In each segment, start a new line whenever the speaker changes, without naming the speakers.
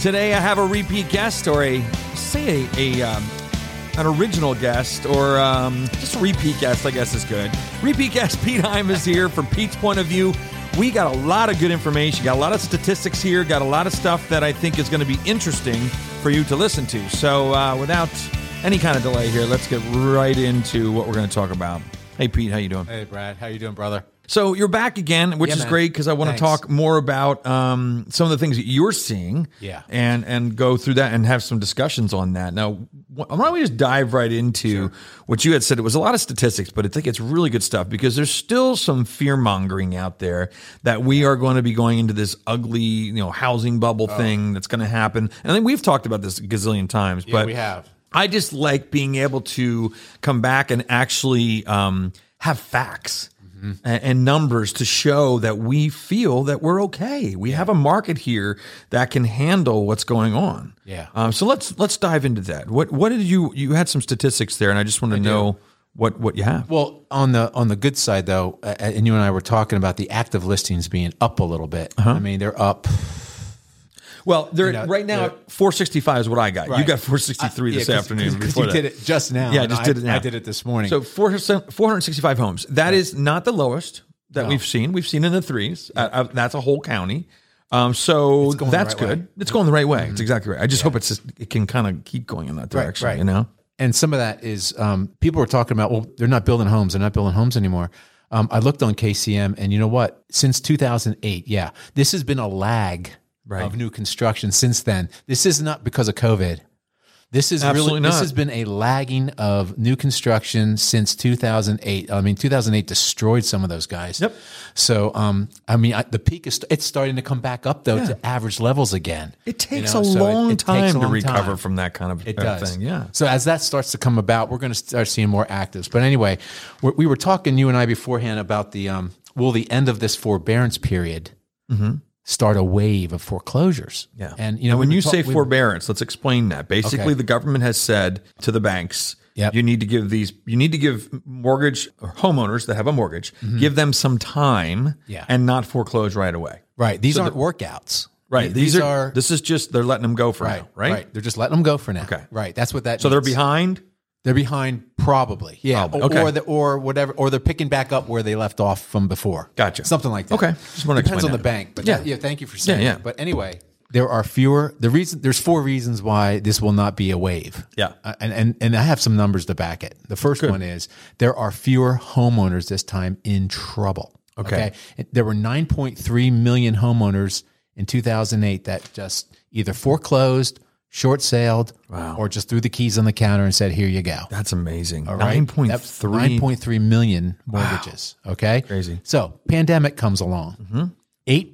Today I have a repeat guest or a say a, a um, an original guest or um, just a repeat guest. I guess is good. Repeat guest Pete Heim is here from Pete's point of view. We got a lot of good information. Got a lot of statistics here. Got a lot of stuff that I think is going to be interesting for you to listen to. So uh, without any kind of delay here, let's get right into what we're going to talk about. Hey Pete, how you doing?
Hey Brad, how you doing, brother?
So you're back again, which
Yeah,
is
man.
great because I want to
Thanks.
talk more about um, some of the things that you're seeing,
Yeah.
and and go through that and have some discussions on that. Now, wh- why don't we just dive right into what you had said? It was a lot of statistics, but I think it's really good stuff because there's still some fear mongering out there that we are going to be going into this ugly, you know, housing bubble
Oh.
thing that's going to happen. And I think we've talked about this a gazillion times, but
we have.
I just like being able to come back and actually um, have facts
Mm-hmm.
a- and, numbers to show that we feel that we're okay. We have a market here that can handle what's going on.
Yeah.
Um, so let's let's dive into that. What what did you you had some statistics there, and I just want to know what what you have.
Well, on the on the good side though, uh, and you and I were talking about the active listings being up a little bit. I mean, they're up.
Well, there
know,
right now
yeah.
465 is what I got. You
Right.
got 463
Uh, Yeah,
this
'cause-
afternoon.
'cause- 'cause
before
you
that.
did it just now.
Yeah, I
and
just did it now.
I did it this morning.
So 400 465 homes. That is not the lowest that we've seen. We've seen in the threes. Uh, uh, that's a whole county. Um, so
going the
that's
right
good.
way.
It's going the right Mm-hmm. way. It's exactly right. I just hope it's just, it can kind of keep going in that direction.
right.
You know.
and some of that is um, people were talking about well they're not building homes they're not building homes anymore um, i looked on kcm and you know what since 2008 yeah this has been a lag
Right.
of new construction since then this is not because of covid this is
Absolutely
really
not.
this has been a lagging of new construction since 2008 i mean 2008 destroyed some of those guys
Yep.
so um, i mean I, the peak is it's starting to come back up though to average levels again
It
you
takes
know,
a
so it-
long
it takes
time
a
to
long
recover
time.
from that kind of
It
uh,
does.
thing. Yeah.
So as that starts to come about, we're going to start seeing more actives. But anyway, we we were talking you and I beforehand about the um, will the end of this forbearance period start a wave of foreclosures?
Mm-hmm. Yeah.
and you know
when
we
you
talk-
say
we-
forbearance, let's explain that. Basically,
Okay.
the government has said to the banks,
Yep.
you need to give these, you need to give mortgage homeowners that have a mortgage, give them some time
Yeah.
and not foreclose right away.
right, these aren't workouts.
Right.
These,
These,
are,
are, this is just they're letting them go for
right,
now, right?
They're just letting them go for now.
Okay.
right. That's what that.
So they're
means.
behind.
They're behind, probably. Yeah,
Probably.
Or-
Okay.
or the, or whatever, or they're picking back up where they left off from before.
Gotcha.
Something like that.
Okay. Just wanted to
depends
explain
on the
that.
bank. But
Yeah.
yeah, yeah. Thank you for saying.
Yeah,
Yeah,
yeah.
But anyway, there are fewer. The reason there's four reasons why this will not be a wave.
Yeah.
Uh, and and and I have some numbers to back it. The first one is there are fewer homeowners this time in trouble.
Okay.
And There were 9.3 million homeowners in 2008 that just either foreclosed, short sailed, or just threw the keys on the counter and said, "Here you go."
That's amazing.
right?
Nine point
That-
three.
9.3 million mortgages. Okay.
Crazy. Mm-hmm.
So pandemic comes along.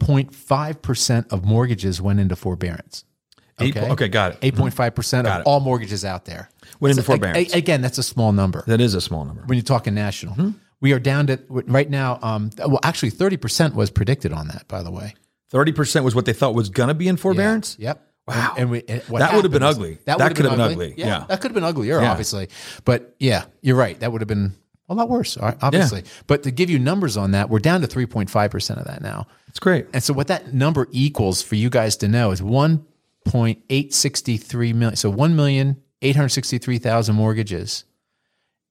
8.5% of mortgages went into forbearance.
Eight po- okay, got it.
8.5% percent of
Got it.
all mortgages out there.
Went into
So, a-
forbearance.
a- again, that's a small number
That is a small number.
when you're talking national.
Hmm?
We are down to right now. Um, well, actually, 30% was predicted on that, by the way.
Thirty percent was what they thought was going to be in forbearance.
Yep.
Wow.
And, and we, and what
That would've been
happened was-
ugly. That
That, would've
could've been ugly.
Yeah,
Yeah.
That could have been uglier,
Yeah.
obviously. But yeah, you're right. That would have been a lot worse, all right, obviously. But to give you numbers on that, we're down to 3.5% of that now.
It's great.
And so what that number equals for you guys to know is 1.863 million. So 1,863,000 mortgages.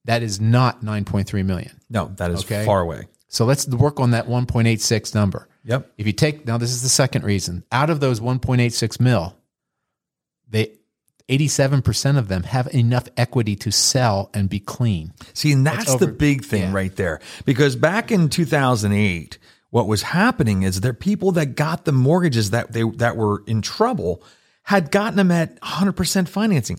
That is not 9.3 million.
No, that is
Okay.
far away.
So let's work on that 1.86 number.
Yep.
If you take now, this is the second reason. Out of those 1.86 mil, they 87% of them have enough equity to sell and be clean.
See, and that's, the
over-
big thing
yeah.
right there. Because back in 2008, what was happening is there people that got the mortgages that they that were in trouble had gotten them at 100% financing,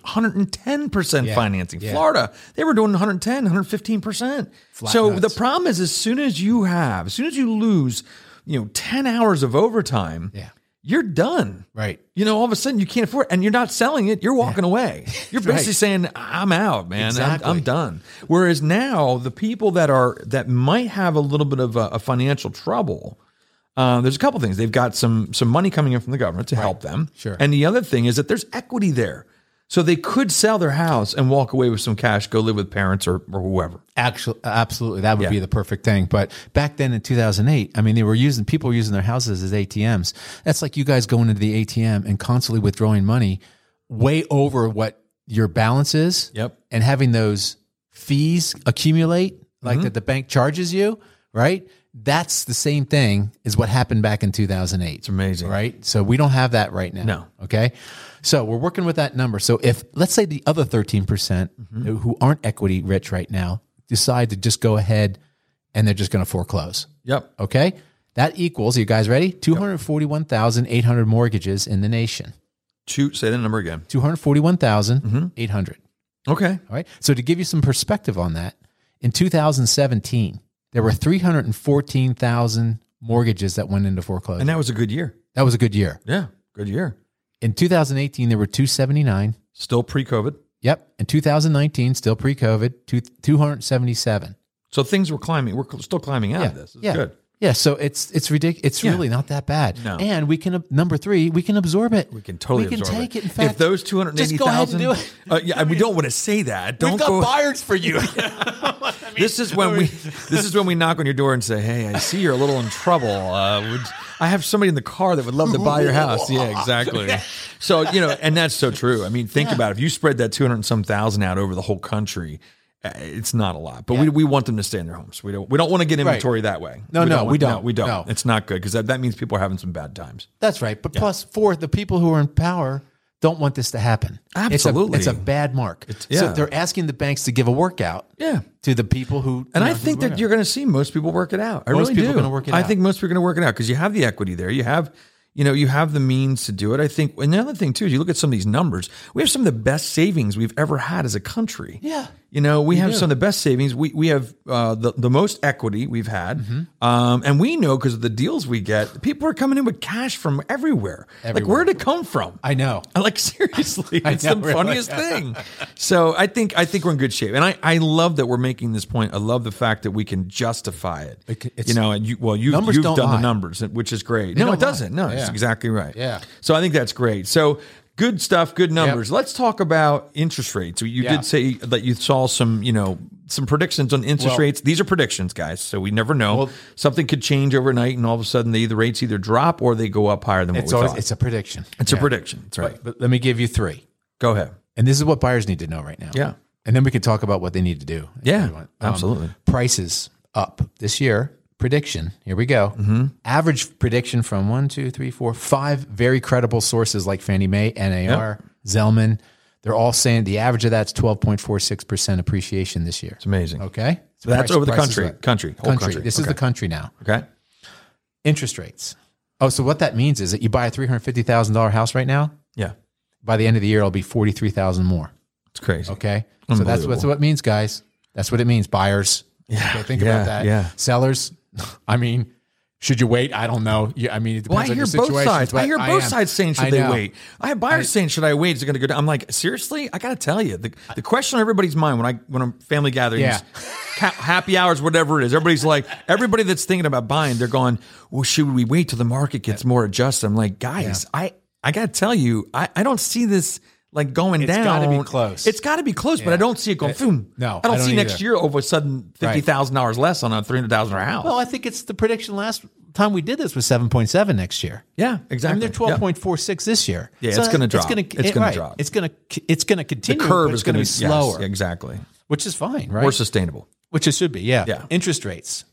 110% financing. Florida, they were doing 110, 115%. so
nuts.
the problem is as soon as you have, as soon as you lose, you know, 10 hours of overtime,
Yeah.
you're done.
Right.
You know, all of a sudden you can't afford it and you're not selling it, you're walking away. You're
Right.
basically saying, I'm out, man. I'm,
Exactly.
I'm done. Whereas now the people that are that might have a little bit of a, a financial trouble, uh, there's a couple things. They've got some some money coming in from the government to help them.
Sure.
And the other thing is that there's equity there. So they could sell their house and walk away with some cash, go live with parents or, or whoever.
Actually, absolutely, that would be the perfect thing. But back then in 2008, I mean, they were using people were using their houses as ATMs. That's like you guys going into the ATM and constantly withdrawing money way over what your balance is.
Yep.
And having those fees accumulate, like that the bank charges you, right? That's the same thing as what happened back in 2008. It's
amazing.
right? So we don't have that right now.
No.
Okay. So we're working with that number. So if let's say the other 13% percent
Mm-hmm.
who aren't equity rich right now decide to just go ahead and they're just going to foreclose.
Yep.
Okay. That equals, you guys ready? 241,800 mortgages in the nation.
Two say that number again. Mm-hmm.
241,800.
Okay.
All right. So to give you some perspective on that, in 2017, there were 314,000 mortgages that went into foreclosure.
And that was a good year.
That was a good year.
Yeah. Good year.
In 2018, there were 279.
Still pre COVID.
Yep. In 2019, still pre COVID, 277.
So things were climbing. We're cl- still climbing out of this. It's
yeah.
good.
Yeah. So it's it's ridiculous. It's
Yeah.
really not that bad.
No.
And we can, ab- number three, we can absorb it.
We can totally
We can
absorb
take it. In fact,
if those two hundred eighty
just go ahead and
thousand,
do it.
uh, yeah, we don't want to say that. Don't
We've got
go.
buyers for you.
This is when we. This is when we knock on your door and say, "Hey, I see you're a little in trouble. Uh, would, I have somebody in the car that would love to buy your house." Yeah, exactly. So you know, and that's so true. I mean, think about it. if you spread that two hundred and some thousand out over the whole country. uh, It's not a lot, but we, we want them to stay in their homes. We don't we don't want to get inventory that way.
No, no, we
want-
don't.
we don't.
No.
It's not good because that, that means people are having some bad times.
That's right. But plus, four, the people who are in power don't want this to happen. It's a-
Absolutely.
It's a, bad mark.
yeah.
So they're asking the banks to give a workout
Yeah,
to the people who.
And
you
I
know, who
think
work
that
out.
you're going to see most people work it out. I
Most
really
people
do.
are gonna work it
I
out.
think most people are going to work it out because you have the equity there. You have, you know, you have the means to do it. I think another thing too is you look at some of these numbers. We have some of the best savings we've ever had as a country.
Yeah.
You know, we have some of the best savings. We we have uh, the the most equity we've had,
Mm-hmm.
um, and we know because of the deals we get, people are coming in with cash from everywhere. Like where did it come from?
I know.
Like seriously, it's
know,
the
really.
funniest thing. So I think I think we're in good shape, and I, I love that we're making this point. I love the fact that we can justify it.
It c- it's-
you know, and you well you
Numbers
you've
don't
done
lie.
the numbers, which is great. no,
don't
it doesn't.
lie.
No, it's
Yeah.
exactly right.
Yeah.
So I think that's great. So good stuff, good numbers. Let's talk about interest rates. You
Yeah.
did say that you saw some you know some predictions on interest
Well-
rates. These are predictions, guys. So we never know.
Well-
Something could change overnight, and all of a sudden the, the rates either drop or they go up higher than what
It's
we
always
thought.
it's a prediction.
It's a prediction. That's right.
But let me give you three.
Go ahead.
And this is what buyers need to know right now.
Yeah.
And then we can talk about what they need to do. if
Yeah,
they want.
absolutely.
Prices up this year. Prediction. Here we go.
Mm-hmm.
Average prediction from one, two, three, four, five very credible sources like Fannie Mae, NAR, Zellman. They're all saying the average of that's 12.46% appreciation this year.
It's amazing.
Okay. So
That's over the
prices
country,
up.
country, whole
Country.
country.
This is the country now.
Okay.
Interest rates. Oh, so what that means is that you buy a $350,000 house right now.
Yeah.
By the end of the year, it'll be 43000 more.
It's crazy.
Okay. So that's, that's what it means, guys. That's what it means, buyers. Yeah. think
yeah,
about that.
yeah.
Sellers, I mean, should you wait? I don't know. Yeah, I mean, it depends
Well, I
on
hear
your
both
situation.
sides. I
but
hear both
am-
sides saying, should
I
they
know.
wait? I have buyers saying, should I wait? Is it going to go down? I'm like, seriously? I got to tell you, the, the question on everybody's mind when I when I'm family gatherings,
Yeah.
ca- happy hours, whatever it is, everybody's like, everybody that's thinking about buying, they're going, well, should we wait till the market gets more adjusted? I'm like, guys, I I got to tell you, I I don't see this. Like going down,
gotta be close.
It's got to be close, but I don't see it going. boom.
no,
I don't,
I don't
see next
either.
year all of a sudden fifty thousand dollars less on a three hundred thousand dollar house.
Well, I think it's the prediction last time we did this was 7.7 next year.
yeah,
I mean,
exactly.
they're
Yeah.
12.46 this year.
Yeah, it's gonna drop.
It's going
It's gonna
right.
drop.
It's going to it's going to continue.
curve
but
is
it's going to be
gonna yes,
slower,
exactly.
which is fine, right?
More sustainable.
which it should be. Yeah.
Yeah.
Interest rates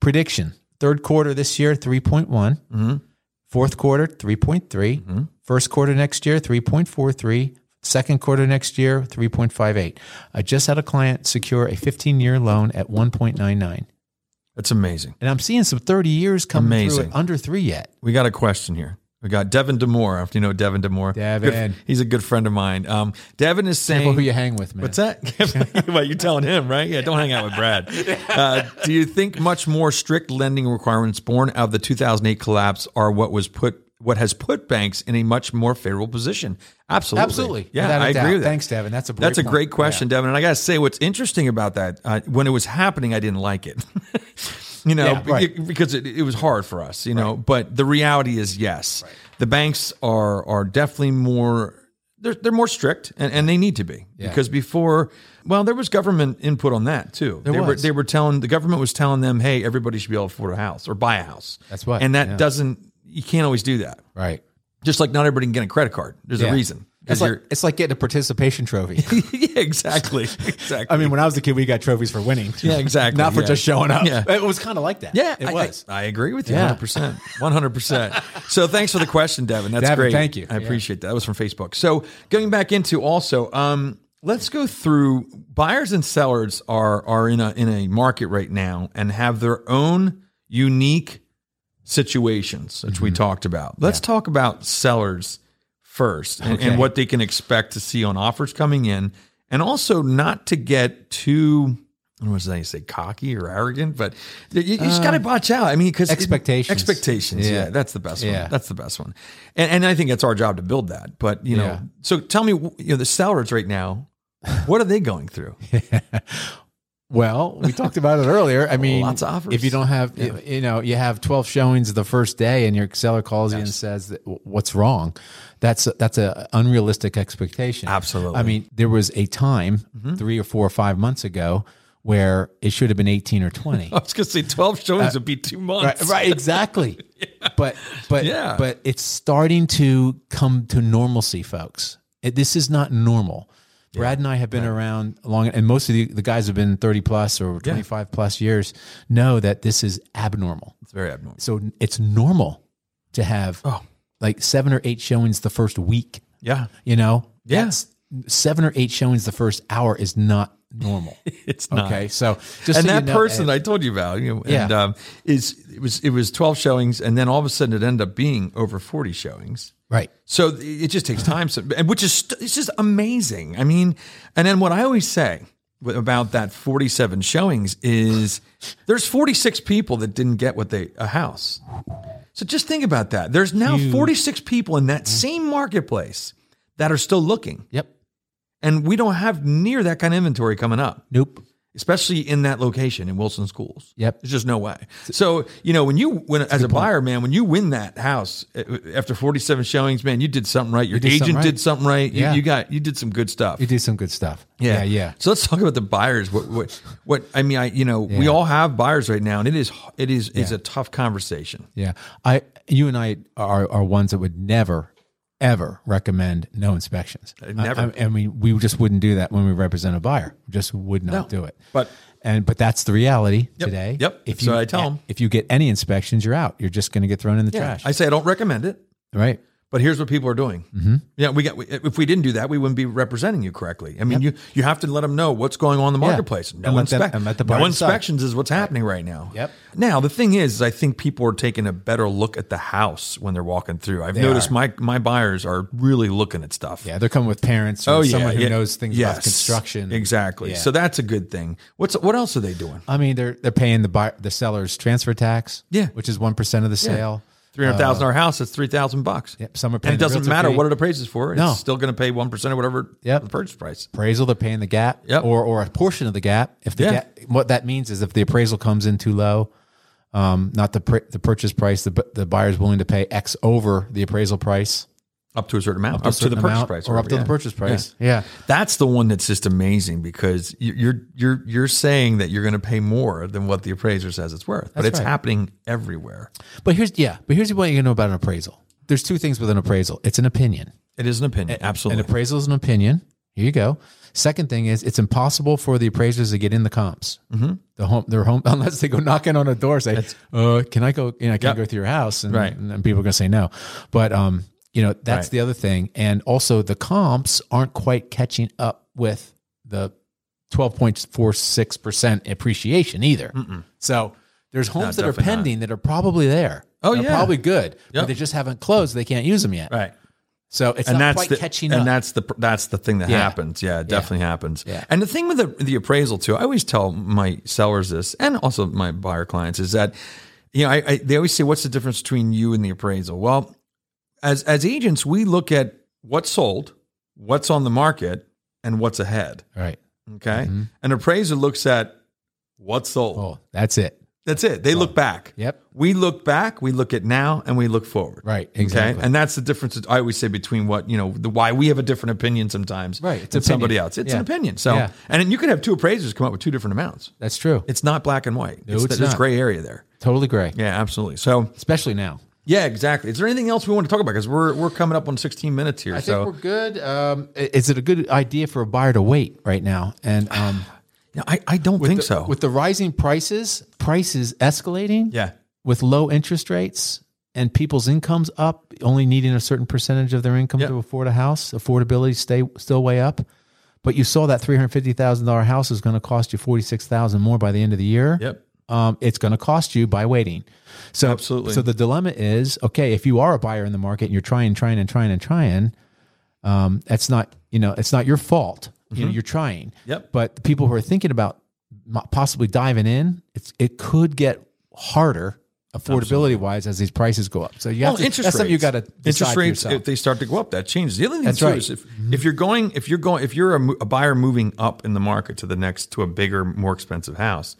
prediction third quarter this year three
Mm-hmm.
fourth quarter three first quarter next year three point four three, second quarter next year three point five eight. I just had a client secure a fifteen year loan at one point nine nine,
That's amazing.
and I'm seeing some thirty years coming through
Amazing.
at under three yet.
We got a question here. We got Devin Demore. If you know Devin Demore,
Devin.
Good- he's a good friend of mine. Um, Devin is
Well, who
saying,
you hang with, man?
"What's that? well, you're telling him, right? Yeah, don't hang out with Brad." Uh, do you think much more strict lending requirements born out of the 2008 collapse are what was put what has put banks in a much more favorable position. Absolutely.
Absolutely.
Yeah,
Without a
I
doubt.
agree with that.
Thanks, Devin. That's a great
That's a
point.
great question, Devin. And I got to say, what's interesting about that, uh, when it was happening, I didn't like it. you know,
Yeah, right.
be- because it, it was hard for us, you know. But the reality is, yes, the banks are are definitely more. They're, they're more strict and, and they need to be because before well there was government input on that too they were
was.
they were telling the government was telling them hey everybody should be able to afford a house or buy a house
That's what-
and that
yeah.
doesn't you can't always do that
Right.
just like not everybody can get a credit card there's
Yeah.
a reason
It's
'Cause
like, it's like getting a participation trophy.
yeah, exactly. Exactly.
I mean, when I was a kid, we got trophies for winning.
Yeah, exactly,
Not for
yeah.
just showing up.
Yeah.
It was kind of like that.
yeah,
it
I-
was.
I, I agree with you
Yeah.
100%. 100%. so thanks for the question, Devin. That's
Devin,
great.
thank you.
I
Yeah.
appreciate that. That was from Facebook. So going back into also, um, let's go through buyers and sellers are are in a in a market right now and have their own unique situations, which
Mm-hmm.
we talked about. Let's talk about sellers first and, and what they can expect to see on offers coming in, and also not to get too. What was I say? Cocky or arrogant, but you, you just got to watch out. I mean, because
Uh, Expectations.
expectations. Yeah.
Yeah.
that's the best
Yeah.
one. That's the best one, and, and I think it's our job to build that. But you know,
Yeah.
so tell me, you know, the sellers right now, what are they going through?
Well, we talked about it earlier. I mean,
Lots of offers.
If you don't have, you, you know, you have twelve showings the first day, and your seller calls you and says, that, "W- "What's wrong?" That's a, that's a unrealistic expectation.
Absolutely. Mm-hmm.
I mean, there was a time three or four or five months ago where it should have been eighteen or twenty.
I was going to say twelve showings would be two months.
Uh, right, right, exactly. But but
Yeah.
but it's starting to come to normalcy, folks. It, this is not normal. Brad and I have been around long, and most of the, the guys have been thirty plus or twenty five plus years. Know that this is abnormal.
It's very abnormal.
So it's normal to have
Oh.
like seven or eight showings the first week.
Yeah,
You know,
Yeah.
That's- seven or eight showings the first hour is not normal.
it's not.
okay, so just
and
so you
that
know,
person I told you about, you know, and
Yeah.
um, is it was it was twelve showings, and then all of a sudden it ended up being over forty showings.
right?
So th- it just
Uh-huh.
takes time, so, and which is st- it's just amazing. I mean, and then what I always say wi- about that forty-seven showings is there's forty-six people that didn't get what they a house. So just think about that. There's now forty-six people in
Mm-hmm.
that same marketplace that are still looking,
Yep.
and we don't have near that kind of inventory coming up
Nope.
especially in that location in Wilson Schools.
Yep.
there's just no way. So you know when you when as a buyer, man, when you win that house uh, after 47 showings, man, you did something right. Your
did
agent
something right.
did something right. You,
Yeah.
you got you did some good stuff.
You do some good stuff. yeah. yeah.
So let's talk about the buyers. What what what? I mean, I you know we all have buyers right now, and it is it is is a tough conversation.
Yeah. I you and I are are ones that would never ever recommend no inspections.
Uh, Never.
I, I mean, we just wouldn't do that when we represent a buyer. Just would not do it.
but-
and but that's the reality today.
Yep.
If
That's
you
what I tell 'em.
if you get any inspections, you're out. You're just going to get thrown in the trash.
I say I don't recommend it.
right.
But here's what people are doing. Mm-hmm. Yeah, we got. we- If we didn't do that, we wouldn't be representing you correctly. I mean, you you have to let them know what's going on in the marketplace. No,
And let them-
inspec-
and let the buyer
no
decide.
inspections is what's happening right now.
Yep.
Now the thing is, is I think people are taking a better look at the house when they're walking through. I've noticed
are.
my my buyers are really looking at stuff.
Yeah, they're coming with parents or
Oh, yeah,
someone who
yeah.
knows things
yes.
about construction.
Exactly.
Yeah.
So that's a good thing. What's what else are they doing?
I mean, they're they're paying the buyer, the seller's transfer tax,
Yeah.
which is 1% of the sale.
Three hundred thousand dollar house. It's three thousand bucks.
Yep, some are
And
paying
it
Uh, the
doesn't
realtor
matter
fee.
what it appraises for. It's
No.
still going to pay one percent or whatever
Yep.
the purchase price.
appraisal, they're paying the gap
Yep.
or, or a portion of the gap. If the
Yeah.
gap, what that means is if the appraisal comes in too low, um, not the pr- the purchase price, the bu- the buyer's willing to pay X over the appraisal price,
Up to a certain amount. Up,
a
to the
certain
purchase
amount,
price.
or up to
whatever,
the
yeah.
purchase price. Yeah,
That's the one that's just amazing because you- you're you're you're saying that you're going to pay more than what the appraiser says it's worth, but it's
right.
happening everywhere.
but here's yeah, but here's what you gotta know about an appraisal. There's two things with an appraisal. It's an opinion.
It is an opinion, absolutely.
An appraisal is an opinion. Here you go. Second thing is it's impossible for the appraisers to get in the comps. Mm-hmm. The home, their home, unless they go knocking on a door, and say, uh, "Can I go? You know, can I go through your house?" And,
Right.
and then people are going to say no. But um, you know, that's
Right.
the other thing. And also, the comps aren't quite catching up with the twelve point four six percent appreciation either. So there's homes that are
definitely not.
pending that are probably there.
Oh,
They're
yeah.
probably good,
Yep.
but they just haven't closed. They can't use them yet.
right.
So it's
And
not
that's
quite
the,
catching
and
up.
that's the that's the thing that
Yeah.
happens. Yeah, it definitely happens.
Yeah.
And the thing with the, the appraisal too, I always tell my sellers this, and also my buyer clients, is that you know I, I they always say, "What's the difference between you and the appraisal?" Well, as as agents, we look at what's sold, what's on the market, and what's ahead.
Right.
Okay, an appraiser looks at what's sold.
Mm-hmm. Oh, that's it.
That's it. They look back.
Yep.
We look back. We look at now, and we look forward.
Right.
Okay,
Exactly.
and that's the difference. that I always say between what you know, the why we have a different opinion sometimes,
Right, it's
than somebody
opinion.
else. It's
Yeah.
an opinion. So,
Yeah.
and then you could have two appraisers come up with two different amounts.
That's true.
It's not black and white.
No, it's
th- there's
not.
gray area there.
Totally gray.
Yeah, absolutely. So,
Especially now.
yeah, exactly. Is there anything else we want to talk about? Because we're we're coming up on 16 minutes here.
I think
so,
we're good. Um, i- is it a good idea for a buyer to wait right now? And um,
Yeah, I, I don't think
the-
so.
with the rising prices, prices escalating,
yeah,
with low interest rates and people's incomes up, only needing a certain percentage of their income
Yeah.
to afford a house, affordability stay still way up. But you saw that three hundred fifty thousand dollar house is going to cost you forty six thousand more by the end of the year.
Yep.
Um, it's going to cost you by waiting. So
Absolutely.
So the dilemma is okay if you are a buyer in the market and you're trying, trying, and trying and trying. Um, that's not you know it's not your fault. You know you're trying.
Mm-hmm. Yep.
But the people who are thinking about mo- possibly diving in, it's it could get harder affordability wise as these prices go up. So you have
Well,
to,
Oh, interest
that's something you
rates.
got to
interest rates
Yourself.
if they start to go up that changes the other thing
That's
too
right.
is if, if you're going if you're going if you're a, mo- a buyer moving up in the market to the next to a bigger more expensive house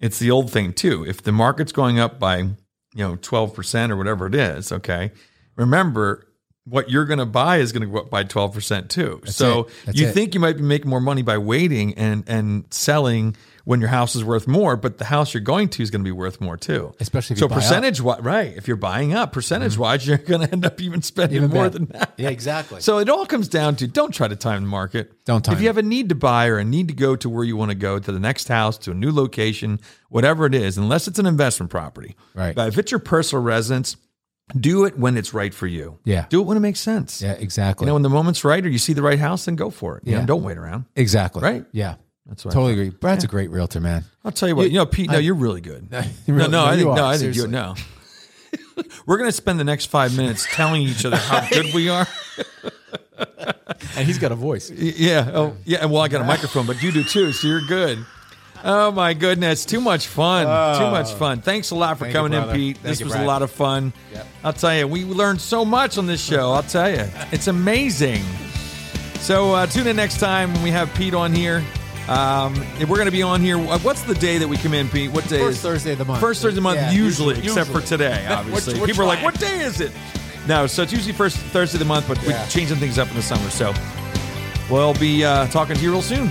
it's the old thing too if the market's going up by you know 12% or whatever it is okay remember what you're going to buy is going to go up by 12% too so
it. That's
you
it.
think you might be making more money by waiting and and selling when your house is worth more but the house you're going to is going to be worth more too
Especially if
so
you buy up.
percentage wise right if you're buying up percentage wise you're going to end up even spending
Mm-hmm. Even
more
better.
than that
Yeah, exactly.
so it all comes down to don't try to time the market
Don't time
if you
it.
have a need to buy or a need to go to where you want to go to the next house to a new location whatever it is unless it's an investment property
Right.
but if it's your personal residence do it when it's right for you
Yeah.
do it when it makes sense
yeah,
you
exactly.
know when the moment's right or you see the right house then go for it you
Yeah.
know, don't wait around
exactly.
Right?
Yeah.
That's what I
Totally agree. Brad's a great realtor, man.
I'll tell you what. You, know, Pete. No, you're really good. No,
really-
no,
no,
I
you
think no,
are,
I think you
seriously.
no. We're gonna spend the next five minutes telling each other how good we are.
And he's got a voice.
Y- Yeah. Oh, yeah. And well, I got a microphone, but you do too, so you're good. Oh my goodness, too much fun. too much fun. Thanks a lot for
Thank you,
coming in,
brother.
Pete.
Thank
this
you,
was a
Brad.
lot of fun.
Yep.
I'll tell you, we learned so much on this show. I'll tell you, it's amazing. So uh, tune in next time when we have Pete on here. Um, if we're going to be on here. What's the day that we come in, Pete? What day
First
is
Thursday of the month.
First Thursday of the month,
Yeah,
usually,
usually,
except for
usually.
today, obviously.
We're- we're
People are like,
trying.
"What day is it?" No, so it's usually first Thursday of the month, but
Yeah.
we're changing things up in the summer. So we'll be uh, talking to you real soon.